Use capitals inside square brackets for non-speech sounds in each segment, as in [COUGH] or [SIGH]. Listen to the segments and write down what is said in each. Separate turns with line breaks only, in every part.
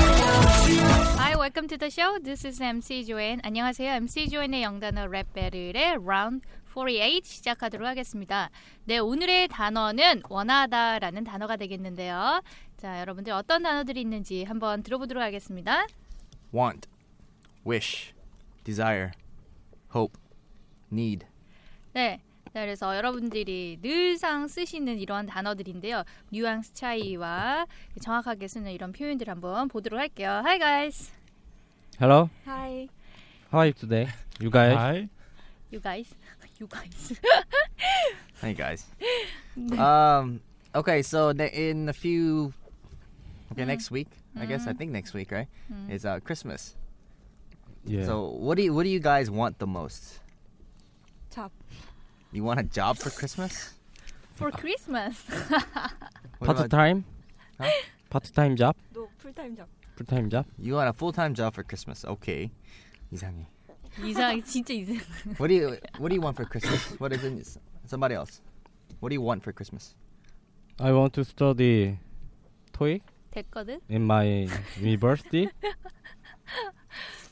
Hi, welcome to the show. This is MC 조엔. 안녕하세요. MC 조엔의 영단어 랩 배틀의 라운드 48 시작하도록 하겠습니다. 네, 오늘의 단어는 원하다라는 단어가 되겠는데요. 자, 여러분들 어떤 단어들이 있는지 한번 들어보도록 하겠습니다.
want, wish, desire, hope, need.
네. 자, 그래서 여러분들이 늘상 쓰시는 이러한 단어들인데요. 뉘앙스 차이와 정확하게 쓰는 이런 표현들 한번 보도록 할게요. Hi guys.
Hello,
하이
how are you today? You guys?
Hi.
You guys. [LAUGHS] You guys. [LAUGHS]
Hey guys. um. Okay, so ne- in a few. Okay, next week. I guess I think next week, right? Is uh Christmas.
Yeah.
So what do you what do you guys want the most?
Job.
You want a job for Christmas?
For Christmas.
What
Part
about-
time?
Huh?
Part time job?
너 풀타임 잡
Full time job?
You want a full time job for Christmas? Okay. 이상해.
이상 진짜 이상.
What do you What do you want for Christmas? What is it? Somebody else. What do you want for Christmas?
I want to study TOEIC
됐거든.
in my university.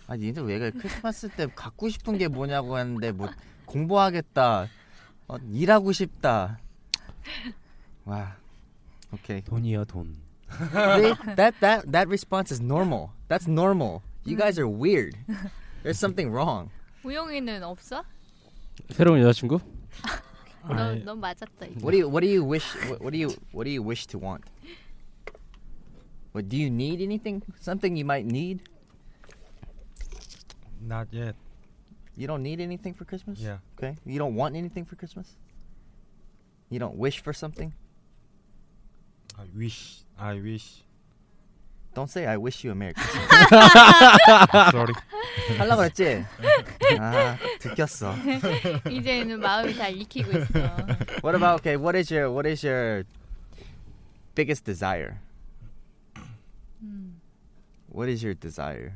아, 니들 왜 그래? 크리스마스 때 갖고 싶은 게 뭐냐고 하는데 뭐 공부하겠다, 어, 일하고 싶다. 와, 오케이.
돈이야 돈.
They, that that that response is normal. That's normal. You guys are weird. There's something wrong.
우영이는 없어?
새로운 여자친구?
아,
너,
네.
넌 맞았다. 이거.
What do you What do you wish what, what do you What do you wish to want? What do you need anything? Something you might need?
Not yet.
You don't need anything for Christmas.
Yeah.
Okay. You don't want anything for Christmas. You don't wish for something.
I wish. I wish.
Don't say I wish you a merry Christmas.
[LAUGHS]
[LAUGHS]
Sorry.
하려고
[LAUGHS]
그랬지? 아, Ah, 들켰어.
이제는 마음이 다 읽히고 있어.
[LAUGHS]
What about okay? What is your What is your biggest desire?
음,
What is your desire?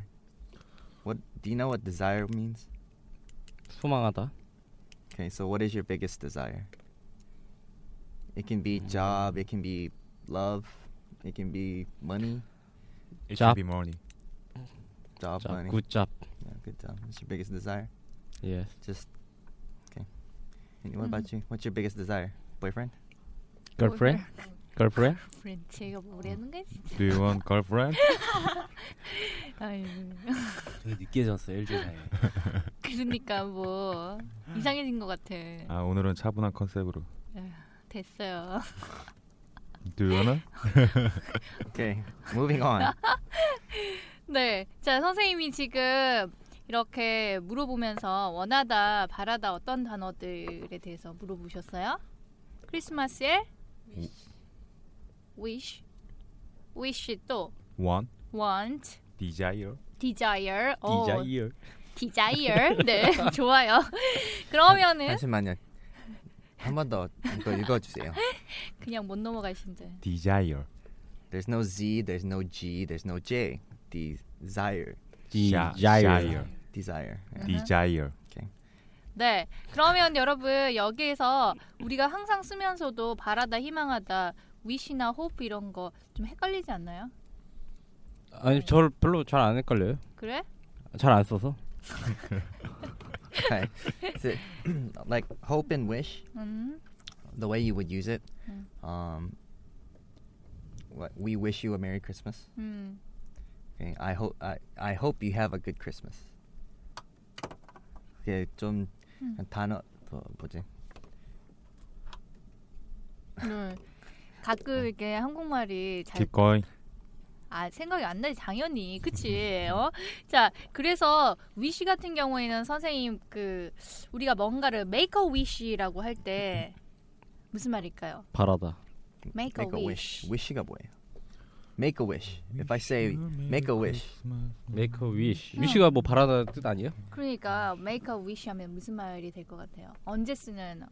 What do you know what desire means?
소망하다.
Okay, so what is your biggest desire? It can be job. It can be love. It can be money.
It
Job.
should be morning.
Job,
job,
money.
good job.
Yeah, good job. What's your biggest desire?
Yes.
Just okay. And what about you? What's your biggest desire? Boyfriend?
Girlfriend? Girlfriend?
프렌드 제가 뭐라는 거지?
Do you want girlfriend?
[LAUGHS] 아유,
되게 늦게 잤어 일주일에
그러니까 뭐 이상해진 것 같아.
아 오늘은 차분한 컨셉으로.
됐어요.
Do you wanna?
Okay, moving on.
네, 자 선생님이 지금 이렇게 물어보면서 원하다, 바라다 어떤 단어들에 대해서 물어보셨어요? 크리스마스에 wish, wish 또
Want?
want,
Desire?
desire, 어,
Desire.
desire. 네, 좋아요. 그러면은
잠시만요. 한 번 더 이거 읽어주세요.
그냥 못 넘어가신대.
Desire.
There's no Z, there's no G, there's no J. Desire,
Sha-
Desire.
desire. Yeah.
Desire.
네. 그러면 여러분 여기에서 우리가 항상 쓰면서도 바라다, 희망하다, wish나 hope 이런 거 좀 헷갈리지 않나요?
아니 저 별로 잘 안 헷갈려요.
그래?
잘 안 써서.
Okay. Is it [CLEARS THROAT] like hope and wish?
음.
The way you would use it.
Mm.
Um, what we wish you a merry Christmas.
음.
Okay, I hope I, I hope you have a good Christmas. 그게 좀
Hmm.
단어 더 뭐지?
네. 가끔 이렇게 한국말이 잘
기꺼이
아 생각이 안 나지 당연히 그치 어? 자 그래서 위시 같은 경우에는 선생님 그 우리가 뭔가를 make a wish라고 할 때 무슨 말일까요?
바라다.
make a
Make a
wish
wish. wish가 뭐예요? Make a wish. If I say make a wish,
Make a wish.
응.
wish가 뭐 바라다는 뜻 아니에요?
그러니까 make a wish 하면 무슨 말이 될 것 같아요? 언제 쓰는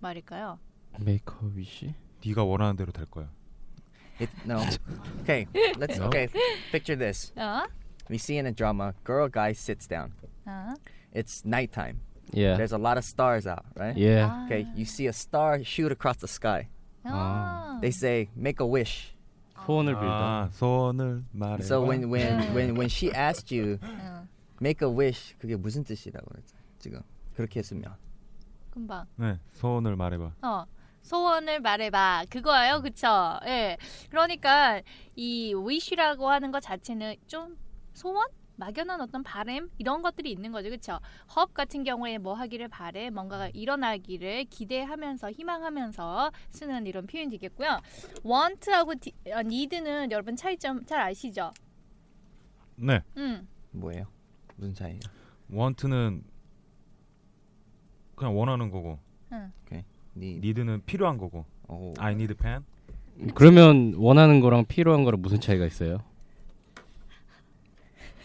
말일까요?
Make a wish.
네가 원하는 대로 될 거야.
it no. Okay, let's
No.
okay. Picture this.
어?
We see in a drama, girl guy sits down.
어?
It's nighttime.
Yeah.
There's a lot of stars out, right?
Yeah.
아,
Okay, you see a star shoot across the sky.
아.
They say make a wish.
소원을 빌다.
아, 소원을 말해.
So when when
Yeah.
[LAUGHS]
when when she asked you
응,
make a wish 그게 무슨 뜻이라고 그랬죠? 지금 그렇게 했으면
금방
네, 소원을 말해봐.
어, 소원을 말해봐. 그거예요, 그쵸? 예. 그러니까 이 wish라고 하는 것 자체는 좀 소원? 막연한 어떤 바램 이런 것들이 있는 거죠, 그렇죠? 헙 같은 경우에 뭐 하기를 바래, 뭔가가 일어나기를 기대하면서 희망하면서 쓰는 이런 표현이 되겠고요. want하고 디- 어, need는 여러분 차이점 잘 아시죠?
네,
음,
뭐예요? 무슨 차이예요?
want는 그냥 원하는 거고,
니
need는 필요한 거고.
오,
I need a pen.
그러면 원하는 거랑 필요한 거랑 무슨 차이가 있어요?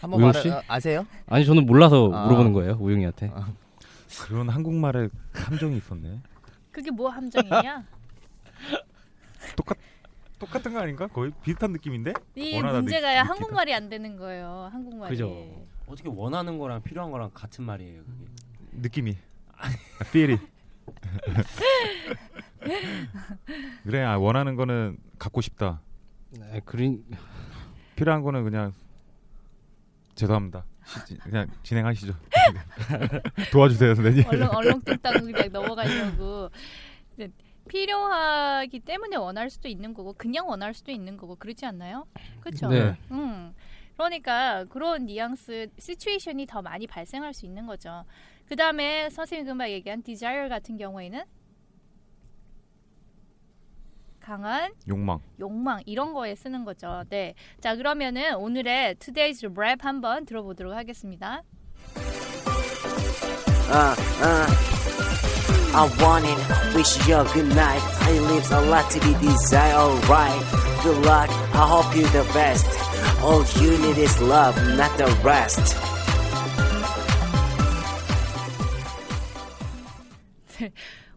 한번
우영
말해
씨?
아, 아세요?
아니 저는 몰라서
아.
물어보는 거예요 우영이한테.
그런 한국말에 함정이 있었네.
그게 뭐
[LAUGHS]
함정이냐?
똑같은 거 아닌가? 거의 비슷한 느낌인데?
이
원하다
네, 문제가요.
느- 느끼다.
한국말이 안 되는 거예요. 한국말이.
그죠.
어떻게 원하는 거랑 필요한 거랑 같은 말이에요. 그게.
느낌이. feel이. [LAUGHS] 그래, 아, 원하는 거는 갖고 싶다.
네,
아, 그린
필요한 거는 그냥 죄송합니다. 시- 그냥 진행하시죠. [LAUGHS] 도와주세요, 선생님.
얼렁 얼렁뚱땅 그냥 넘어가려고 이제 필요하기 때문에 원할 수도 있는 거고 그냥 원할 수도 있는 거고 그렇지 않나요? 그렇죠.
네.
음. 그러니까 그런 뉘앙스 시츄에이션이 더 많이 발생할 수 있는 거죠. 그다음에 선생님 금방 얘기한 desire 같은 경우에는 강한
욕망.
욕망 이런 거에 쓰는 거죠. 네. 자, 그러면은 오늘의 today's rap 한번 들어보도록 하겠습니다.
uh, uh. I want it, wish you a good night. I leaves a lot to be desired, alright. Good luck, I hope you the best. All you need is love, not the rest.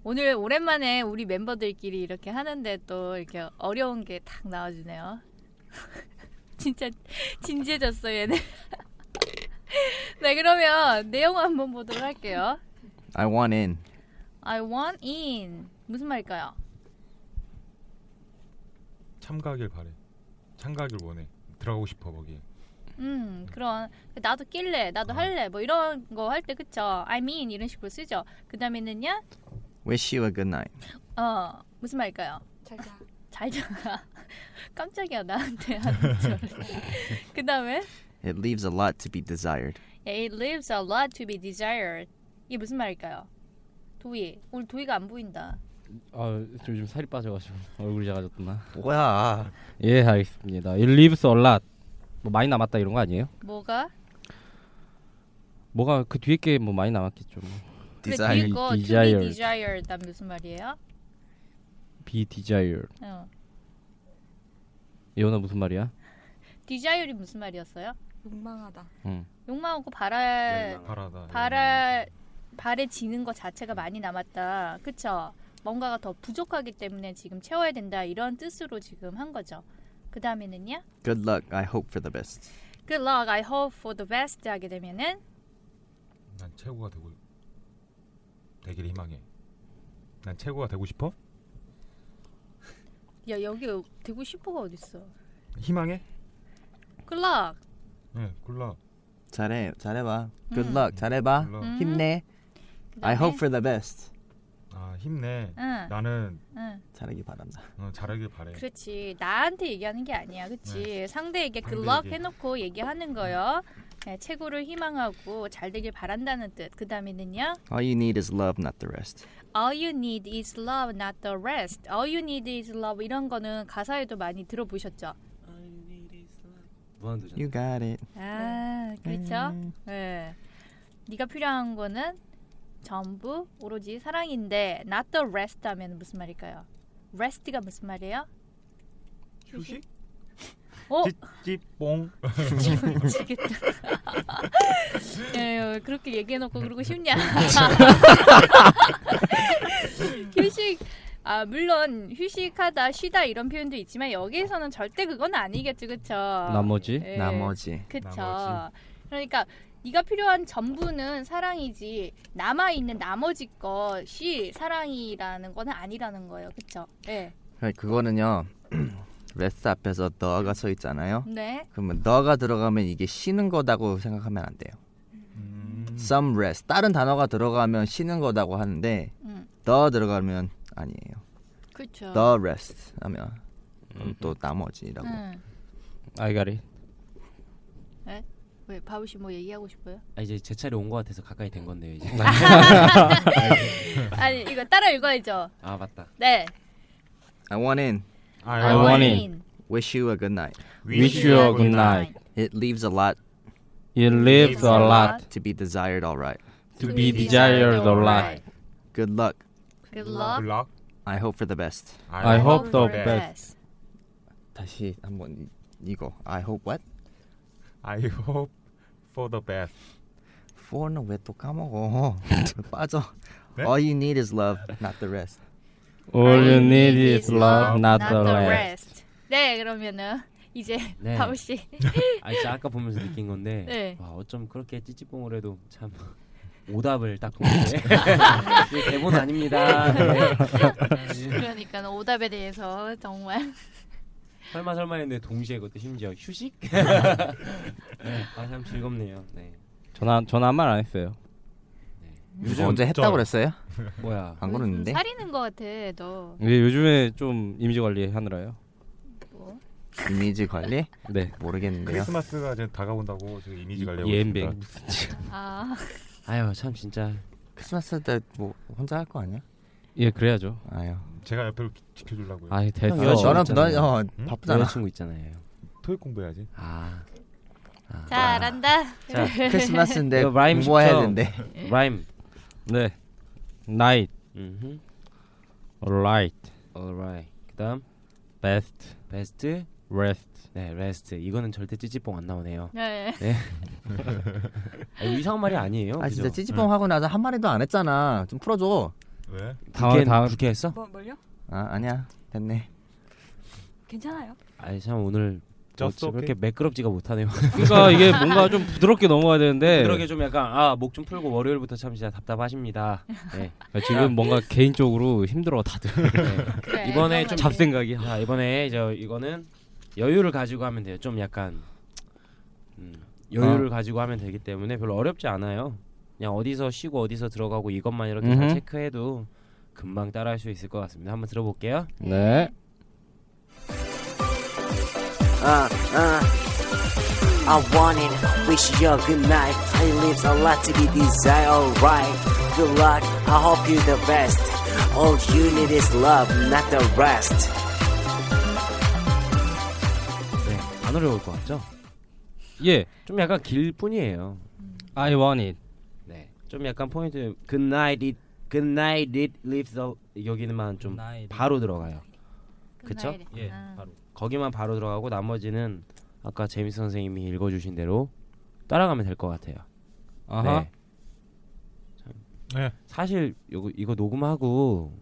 오늘 오랜만에 우리 멤버들끼리 이렇게 하는데 또 이렇게 어려운 게 탁 나와주네요. [LAUGHS] 진짜 진지해졌어 얘네. [LAUGHS] 네 그러면 내용 한번 보도록 할게요.
I want in.
I want in 무슨 말일까요?
참가하길 바래. 참가하길 원해. 들어가고 싶어 거기.
음 그런 나도 낄래 나도 할래 뭐 이런 거 할 때 그쵸? I mean 이런 식으로 쓰죠. 그 다음에는요
Wish you a good night.
어 무슨 말일까요? 잘자. 잘자. [LAUGHS] 깜짝이야 나한테 하는 줄. 그 다음에
It leaves a lot to be desired.
It leaves a lot to be desired. 이게 무슨 말일까요? 도희, 오늘 도희가 안 보인다.
아 요즘 살이
[LAUGHS]
빠져가지고 얼굴이 작아졌구나.
뭐야?
예 알겠습니다. It leaves a lot. 뭐 많이 남았다 이런 거 아니에요?
뭐가?
뭐가 그 뒤에 게 뭐 많이 남았겠죠. 뭐.
그래,
Desired.
뒤에 거 to be
desired.
desired 난 무슨 말이에요?
Be desired.
어.
예원아 무슨 말이야?
desire이 무슨 말이었어요?
욕망하다.
욕망하고 네. 바랄
열망.
바라다.
바랄 바래지는 것 자체가 많이 남았다. 그쵸? 뭔가가 더 부족하기 때문에 지금 채워야 된다 이런 뜻으로 지금 한 거죠. 그 다음에는요.
Good luck. I hope for the best.
Good luck, I hope for the best 하게 되면은
난 최고가 되고 되길 희망해. 난 최고가 되고 싶어?
야 여기 되고 싶어가 어딨어?
희망해?
Good luck.
네, 굴라.
잘해, 잘해봐. Good
음.
luck. 잘해봐.
굴라.
음.
힘내. I hope for the best.
아 힘내.
응,
나는
응.
잘하기 바란다.
어, 잘하길
네.
바래.
그렇지. 나한테 얘기하는 게 아니야. 그렇지. 네. 상대에게
상대에게.
good luck 해놓고 얘기하는 거요. 네, 최고를 희망하고 잘 되길 바란다는 뜻. 그 다음에는요.
All you need is love, not the rest.
All you need is love, not the rest. All you need is love 이런 거는 가사에도 많이 들어보셨죠.
무한도전.
You got it.
아, 그렇죠. 네. 네가 필요한 거는 전부 오로지 사랑인데 not the rest 하면 무슨 말일까요? rest가 무슨 말이에요?
휴식?
어,
찌뽕.
미치겠다. [LAUGHS] 예, 그렇게 얘기해놓고 그러고 [LAUGHS] 싶냐? 휴식. 아 물론 휴식하다 쉬다 이런 표현도 있지만 여기에서는 절대 그건 아니겠죠, 그렇죠?
나머지?
네. 나머지.
그렇죠.
나머지.
그러니까 네가 필요한 전부는 사랑이지 남아 있는 나머지 것이 사랑이라는 거는 아니라는 거예요, 그렇죠? 네.
아니, 그거는요. [CLEARS THROAT] rest 앞에서 the가 서 있잖아요.
네.
그러면 the가 들어가면 이게 쉬는 거다고 생각하면 안 돼요.
음.
Some rest. 다른 단어가 들어가면 쉬는 거다고 하는데
음.
the 들어가면 아니에요.
그렇죠.
The rest 하면 그럼 또 나머지라고.
응.
I got it.
왜 바우 씨뭐 얘기하고 싶어요?
아 이제 제 차례 온 것 같아서 가까이 된 건데요 이제.
네.
아니 이거 따라 읽어야죠.
[LAUGHS] 아 맞다.
네.
I want in.
I want it.
Wish you a good night.
Wish you a good night.
It leaves a lot
You lived a lot
to be desired, all right.
to be desired a lot.
Good luck.
Good luck.
블락.
I hope for the best.
I hope the best.
다시 한번 이- 이거. I hope what?
I hope for the best.
for는 왜 또 까먹어? 빠져.
네?
All you need is love, not the rest.
All you need is love, not the rest.
네, 그러면은 이제
네.
바우 씨.
아 진짜 아까 보면서 느낀 건데
네.
와 어쩜 그렇게 찌찌뽕을 해도 참 오답을 딱 보는데 [LAUGHS] 이게 대본 아닙니다. 네.
그러니까 오답에 대해서 정말
설마 설마 했는데 동시에 그것도 심지어 [LAUGHS] 휴식? 네, 아참 즐겁네요. 네.
전화 전화 한 말 안 했어요.
요즘
어제 했다고
저-
그랬어요?
뭐야?
안 그랬는데?
살리는 것 같아. 너
이게 요즘에 좀 이미지 관리 하느라요.
뭐?
이미지 관리?
네.
모르겠는데요.
크리스마스가 이제 다가온다고 지금 이미지 관리하고
예엠뱅.
있습니다.
아,
아유 참 진짜
크리스마스 때 뭐 혼자 할 거 아니야?
예, 그래야죠.
아유.
제가 옆으로 기- 지켜주려고요.
예. 아이 됐어.
형, 음? 여자친구
너는
있잖아요.
너 어,
응?
바쁘잖아.
여자친구 있잖아요.
토익 공부해야지.
아. 아.
잘한다.
자,
크리스마스인데
이거 라임
공부해야
쉽죠?
된대.
라임.
네. Night,
음.
light,
alright. 그다음
best,
베스트.
rest.
네, 레스트. 이거는 절대 찌찌뽕 안 나오네요.
네.
아, 이거 이상한 말이 아니에요.
아 진짜
그죠?
찌찌뽕 하고 나서 한 마디도 안 했잖아. 좀 풀어줘.
왜?
다음
국회-
다음
국회 했어?
뭐, 뭘요?
아 아니야. 됐네.
괜찮아요.
아이 참 오늘 저
Just okay.
이렇게 매끄럽지가 못하네요.
그러니까 이게 뭔가 좀 부드럽게 넘어가야 되는데
그러게 좀 약간 아 목 좀 풀고 월요일부터 참 진짜 답답하십니다. 네.
지금 뭔가 개인적으로 힘들어 다들
네.
그래,
이번에 좀
그런 거지.
잡생각이
자 이번에 저 이거는 여유를 가지고 하면 돼요. 좀 약간 음, 여유를 가지고 하면 되기 때문에 별로 어렵지 않아요. 그냥 어디서 쉬고 어디서 들어가고 이것만 이렇게 잘
음흠.
체크해도 금방 따라할 수 있을 것 같습니다. 한번 들어볼게요.
네
Uh, uh. I want it, wish you a good night. I leaves a lot to be desired, alright. Good luck, I hope you the best. All you need is love, not the rest.
네, 안 어려울 것 같죠?
예.
좀 약간 길 뿐이에요.
I want it.
네, 좀 약간 포인트 Good night it, good night it leaves the 여기는만 좀 바로 들어가요. 그쵸?
끝나야 돼.
예.
아.
바로.
거기만 바로 들어가고 나머지는 아까 재미스 선생님이 읽어주신 대로 따라가면 될 것 같아요.
아하.
네. 참.
네.
사실 요거, 이거 녹음하고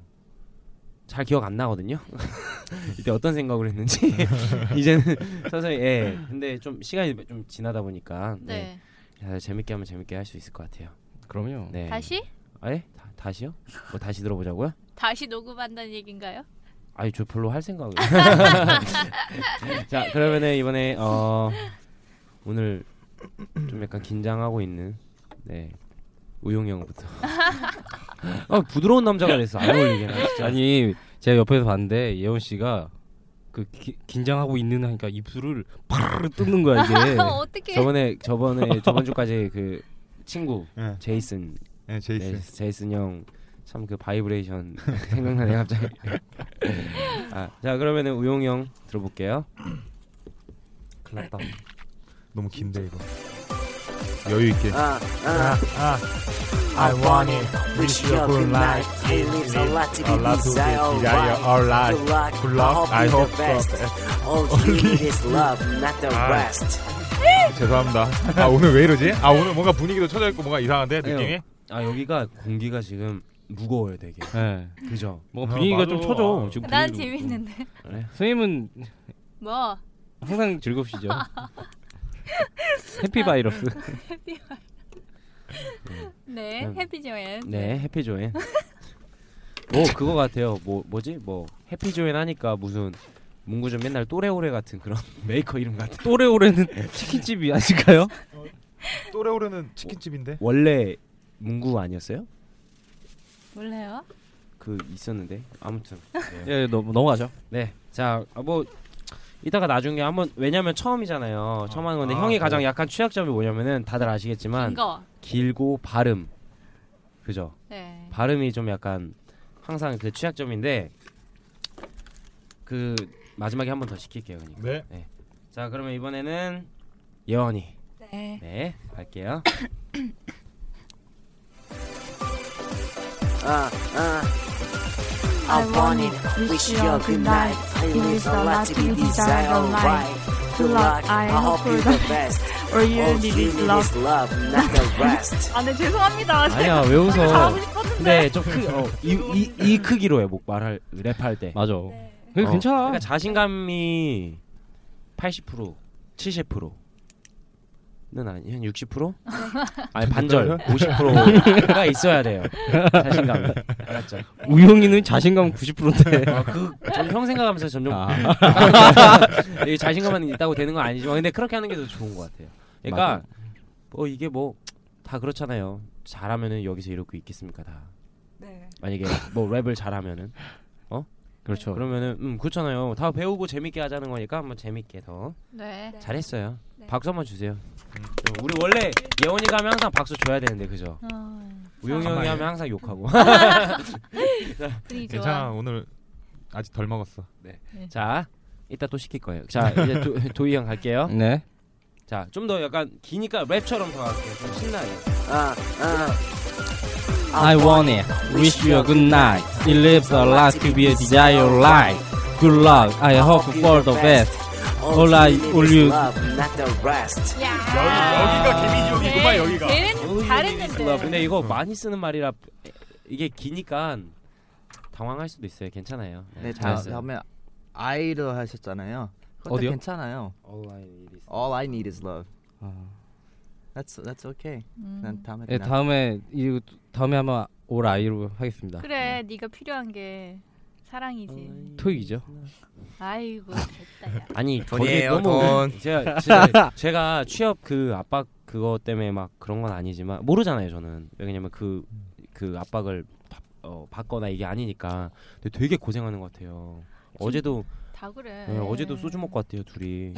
잘 기억 안 나거든요. [LAUGHS] 이때 어떤 생각을 했는지 [LAUGHS] 이제는 선생님 예. 근데 좀 시간이 좀 지나다 보니까 네.
네.
자, 재밌게 하면 재밌게 할 수 있을 것 같아요.
그럼요.
네.
다시
아, 예? 다, 다시요? 뭐 다시 들어보자고요?
다시 녹음한다는 얘긴가요?
아니 저 별로 할 생각을. 자 그러면은 이번에 어 오늘 좀 약간 긴장하고 있는 네 우용 형부터. 아 부드러운 남자가 그랬어 안 어울리게 나 진짜.
아니 제가 옆에서 봤는데 예원 씨가 그 기- 긴장하고 있는 하니까 입술을 파르르 뜯는 거야
[LAUGHS]
이게.
어떻게?
네, 저번에 저번에 저번 주까지 그 친구
예,
제이슨
예, 제이슨.
네, 제이슨 형. 참 그 바이브레이션 생각나네 갑자기. 아, 자 그러면은 우용 형 들어볼게요. 큰났다.
너무 긴데 이거. 여유 있게.
Uh, uh, I want it. Wish you a good life. He leaves a lot to be desired. All right. Good luck.
Good luck.
I
I
hope
hope
you're the best. [LAUGHS] All you need is love, not the
Ah.
rest.
[LAUGHS] 죄송합니다. 아 오늘 왜 이러지? 아 오늘 뭔가 분위기도 쳐져 있고 뭔가 이상한데
아니요.
느낌이.
아 여기가 공기가 지금 무거워요 되게.
예.
그죠?
뭐
아,
분위기가
맞아.
좀 쳐져.
아.
지금
그
난
분위기도.
재밌는데.
선생님은
뭐?
항상 즐겁시죠. 해피 바이러스. [LAUGHS]
네,
음.
해피 조엔.
네 해피 조엔. 뭐 그거 같아요. 뭐 뭐지? 뭐 해피 조엔 하니까 무슨 문구점 맨날 또래오래 같은 그런 [LAUGHS] 메이커 이름 같은.
또래오래는 치킨집이 아닐까요?
또래오르는 치킨집인데.
원래 문구 아니었어요?
몰라요?
그 있었는데 아무튼. 네.
예, 넘, 넘어가죠.
네. 자, 아, 뭐 이따가 나중에 한번 왜냐면 처음이잖아요. 처음 하는 건데
아,
형이
그래요?
가장 약한 취약점이 뭐냐면은 다들 아시겠지만
이거.
길고 발음. 그죠?
네.
발음이 좀 약간 항상 그 취약점인데 그 마지막에 한 번 더 시킬게요, 그러니까.
네.
자, 그러면 이번에는 예원이.
네.
네, 갈게요.
Uh, uh. I want it. Wish you a good night. He leaves a lot to be desired. All right. Good luck. I hope you're the [LAUGHS] best. All you need is love, not [LAUGHS] the rest.
아, 네
[LAUGHS]
죄송합니다.
아니야, 왜 웃어?
하고 싶었는데.
근데 좀 크기 어, 이, 이, 이 크기로 해 목발할 랩할 때.
맞아. 네. 그래,
어.
괜찮아.
그러니까 자신감이 80% 70%는 아니 한 60%? 아니 반절 50%가 있어야 돼요. 자신감. 알았죠?
우영이는 자신감 90%인데.
어, 그, 저는 형 생각하면서 점점
아,
[LAUGHS] 이 자신감만 있다고 되는 건 아니지만 근데 그렇게 하는 게 더 좋은 것 같아요. 그러니까 뭐 이게 뭐 다 그렇잖아요. 잘하면은 여기서 이렇게 있겠습니까 다.
네.
만약에 뭐 랩을 잘하면은
그렇죠.
그러면은 음 그렇잖아요. 다 배우고 재밌게 하자는 거니까 한번 재밌게 더
네.
잘했어요.
네.
박수 한번 주세요. 음, 우리 원래 예원이가 하면 항상 박수 줘야 되는데 그죠?
어,
우영이 형이
정말요?
하면 항상 욕하고.
분위기 좋아.
괜찮아 오늘 아직 덜 먹었어.
자, 이따 또 시킬 거예요. 자, 이제
[LAUGHS]
조, 도희 형 갈게요.
네.
자, 좀 더 약간 기니까 랩처럼 더 할게요. 좀 신나게.
Uh, uh.
어,
I want it. Wish you a good night. It lives a lot to be a desire life. Good luck. I hope for the best.
All
I- all
is
you-
love, not the rest.
여기가
네, 쟤는 잘했는데.
아, 근데 이거 많이 쓰는 말이라 이게 기니까 당황할 수도 있어요. 괜찮아요.
네, 자,
잘했어요.
다음에 I로 하셨잖아요. 그것도
어디요?
괜찮아요.
All I need is-
All I need is love.
아.
That's that's okay. 난
음.
다음에
네,
그냥-
다음에 이 다음에 아마 올 아이로 하겠습니다.
그래, 네가 필요한 게
All I
사랑이지.
need
토익이죠.
아이고, 됐다. 야.
아니 거기
돈이에요,
너무
돈.
[LAUGHS] 제가 진짜 제가 취업 그 압박 그거 때문에 막 그런 건 아니지만 모르잖아요 저는 왜냐면 그 그 압박을 받- 어, 받거나 이게 아니니까 근데 되게 고생하는 것 같아요 어제도
다 그래.
예, 어제도 소주 먹고 왔대요 둘이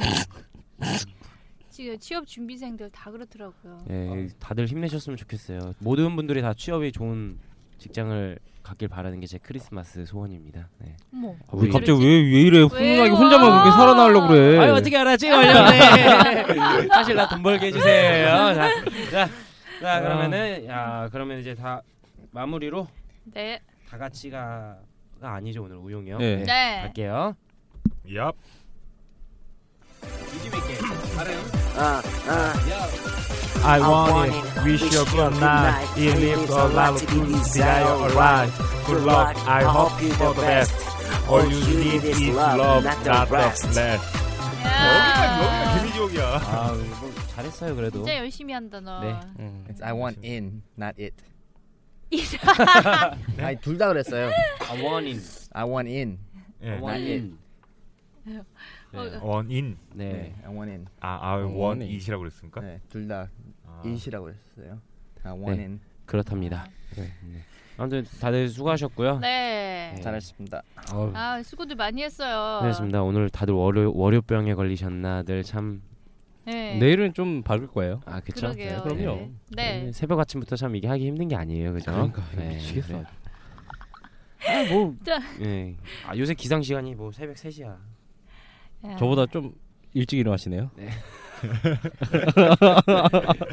지금 취업 준비생들 다 그렇더라고요.
예, 다들 힘내셨으면 좋겠어요 모든 분들이 다 취업이 좋은 직장을 갖길 바라는 게 제 크리스마스 소원입니다 네. [LAUGHS]
어머.
우리
왜
갑자기 왜 왜 이래? 훈훈하게
왜요?
혼자만 그렇게 살아나려고 그래.
아유 어떻게 알았지? 네. 원래 사실 나 돈 벌게 해주세요. 자, 자, 자 그러면은 야 그러면 이제 다 마무리로
네.
다 같이가 가 아니죠 오늘 우용이 형.
네.
네.
예, 갈게요.
얍.
Uh, uh.
I
want
want
it.
it. Wish you a good night. It leaves a lot to desire. Alright. Good luck. I hope for the best. All you need is love, not the rest.
야.
김이지옥이야.
아 뭐, 잘했어요 그래도.
진짜 열심히 한다 너.
네.
음.
It's I want in, not it.
이제
아니 둘 다 그랬어요.
I want in.
I want in.
I
예.
want in.
원인.
네.
네, I want in.
아, 아
원인.
원이시라고 그랬습니까?
네, 둘다
아.
인시라고 했어요. I want
네.
in.
그렇답니다. 네, 네. 아무튼 다들 수고하셨고요.
네.
잘하셨습니다.
어우,
아 수고들 많이 했어요.
수고하셨습니다. 오늘 다들 월요 월요병에 걸리셨나들 참.
네.
내일은 좀 밝을 거예요.
아 그쵸.
그러게요.
네,
그럼요.
네.
네, 새벽 아침부터 참 이게 하기 힘든 게 아니에요, 그죠? 네.
그러니까, 이거 미치겠어. 아, 뭐
예. 아 요새 기상 시간이 뭐 새벽 3시야. 네.
야.
저보다 좀 일찍 일어나시네요.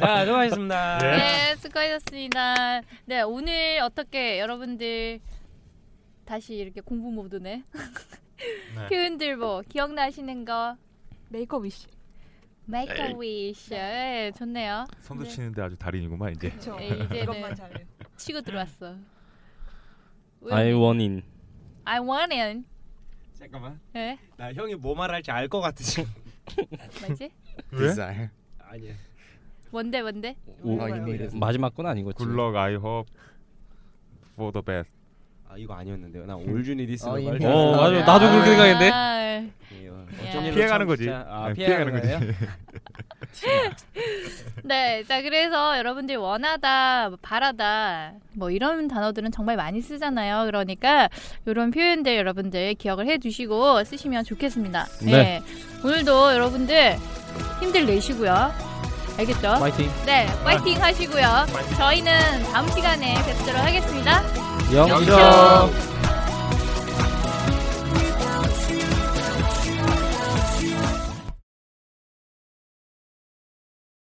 아, 수고하셨습니다.
네, 수고하셨습니다. 네, 오늘 어떻게 여러분들 다시 이렇게 공부 모드네. 표현들 뭐 기억나시는 거
메이크업 위시.
make a wish. 예, 좋네요.
선두
네.
치는데 아주 달인이구만 네, 이제.
그렇죠.
예, 이제는
그것만 잘해요.
치고 들어왔어.
I want in.
I want it.
잠깐만.
예,
나 형이 뭐 말할지 알 것 같아 지금.
뭐지?
왜?
Desire.
아니야.
뭔데 뭔데?
오,
아, 이미 이랬어.
마지막 건 아닌 거지.
Good luck. I hope for the best.
아 이거 아니었는데요. 나 올준이 뭐. 디스
어,
말.
이미
어,
아,
맞아. 나도 그렇게 생각했는데.
아,
예, 어쩐 일로
피해가는
참
거지.
진짜- 아,
네,
피해가는 거지.
[LAUGHS]
네, 자 그래서 여러분들 원하다, 뭐 바라다 뭐 이런 단어들은 정말 많이 쓰잖아요. 그러니까 이런 표현들 여러분들 기억을 해두시고 쓰시면 좋겠습니다.
네.
오늘도 여러분들 힘들 내시고요. 알겠죠?
파이팅.
네, 파이팅 하시고요. 저희는 다음 시간에 뵙도록 하겠습니다.
영점.
영점.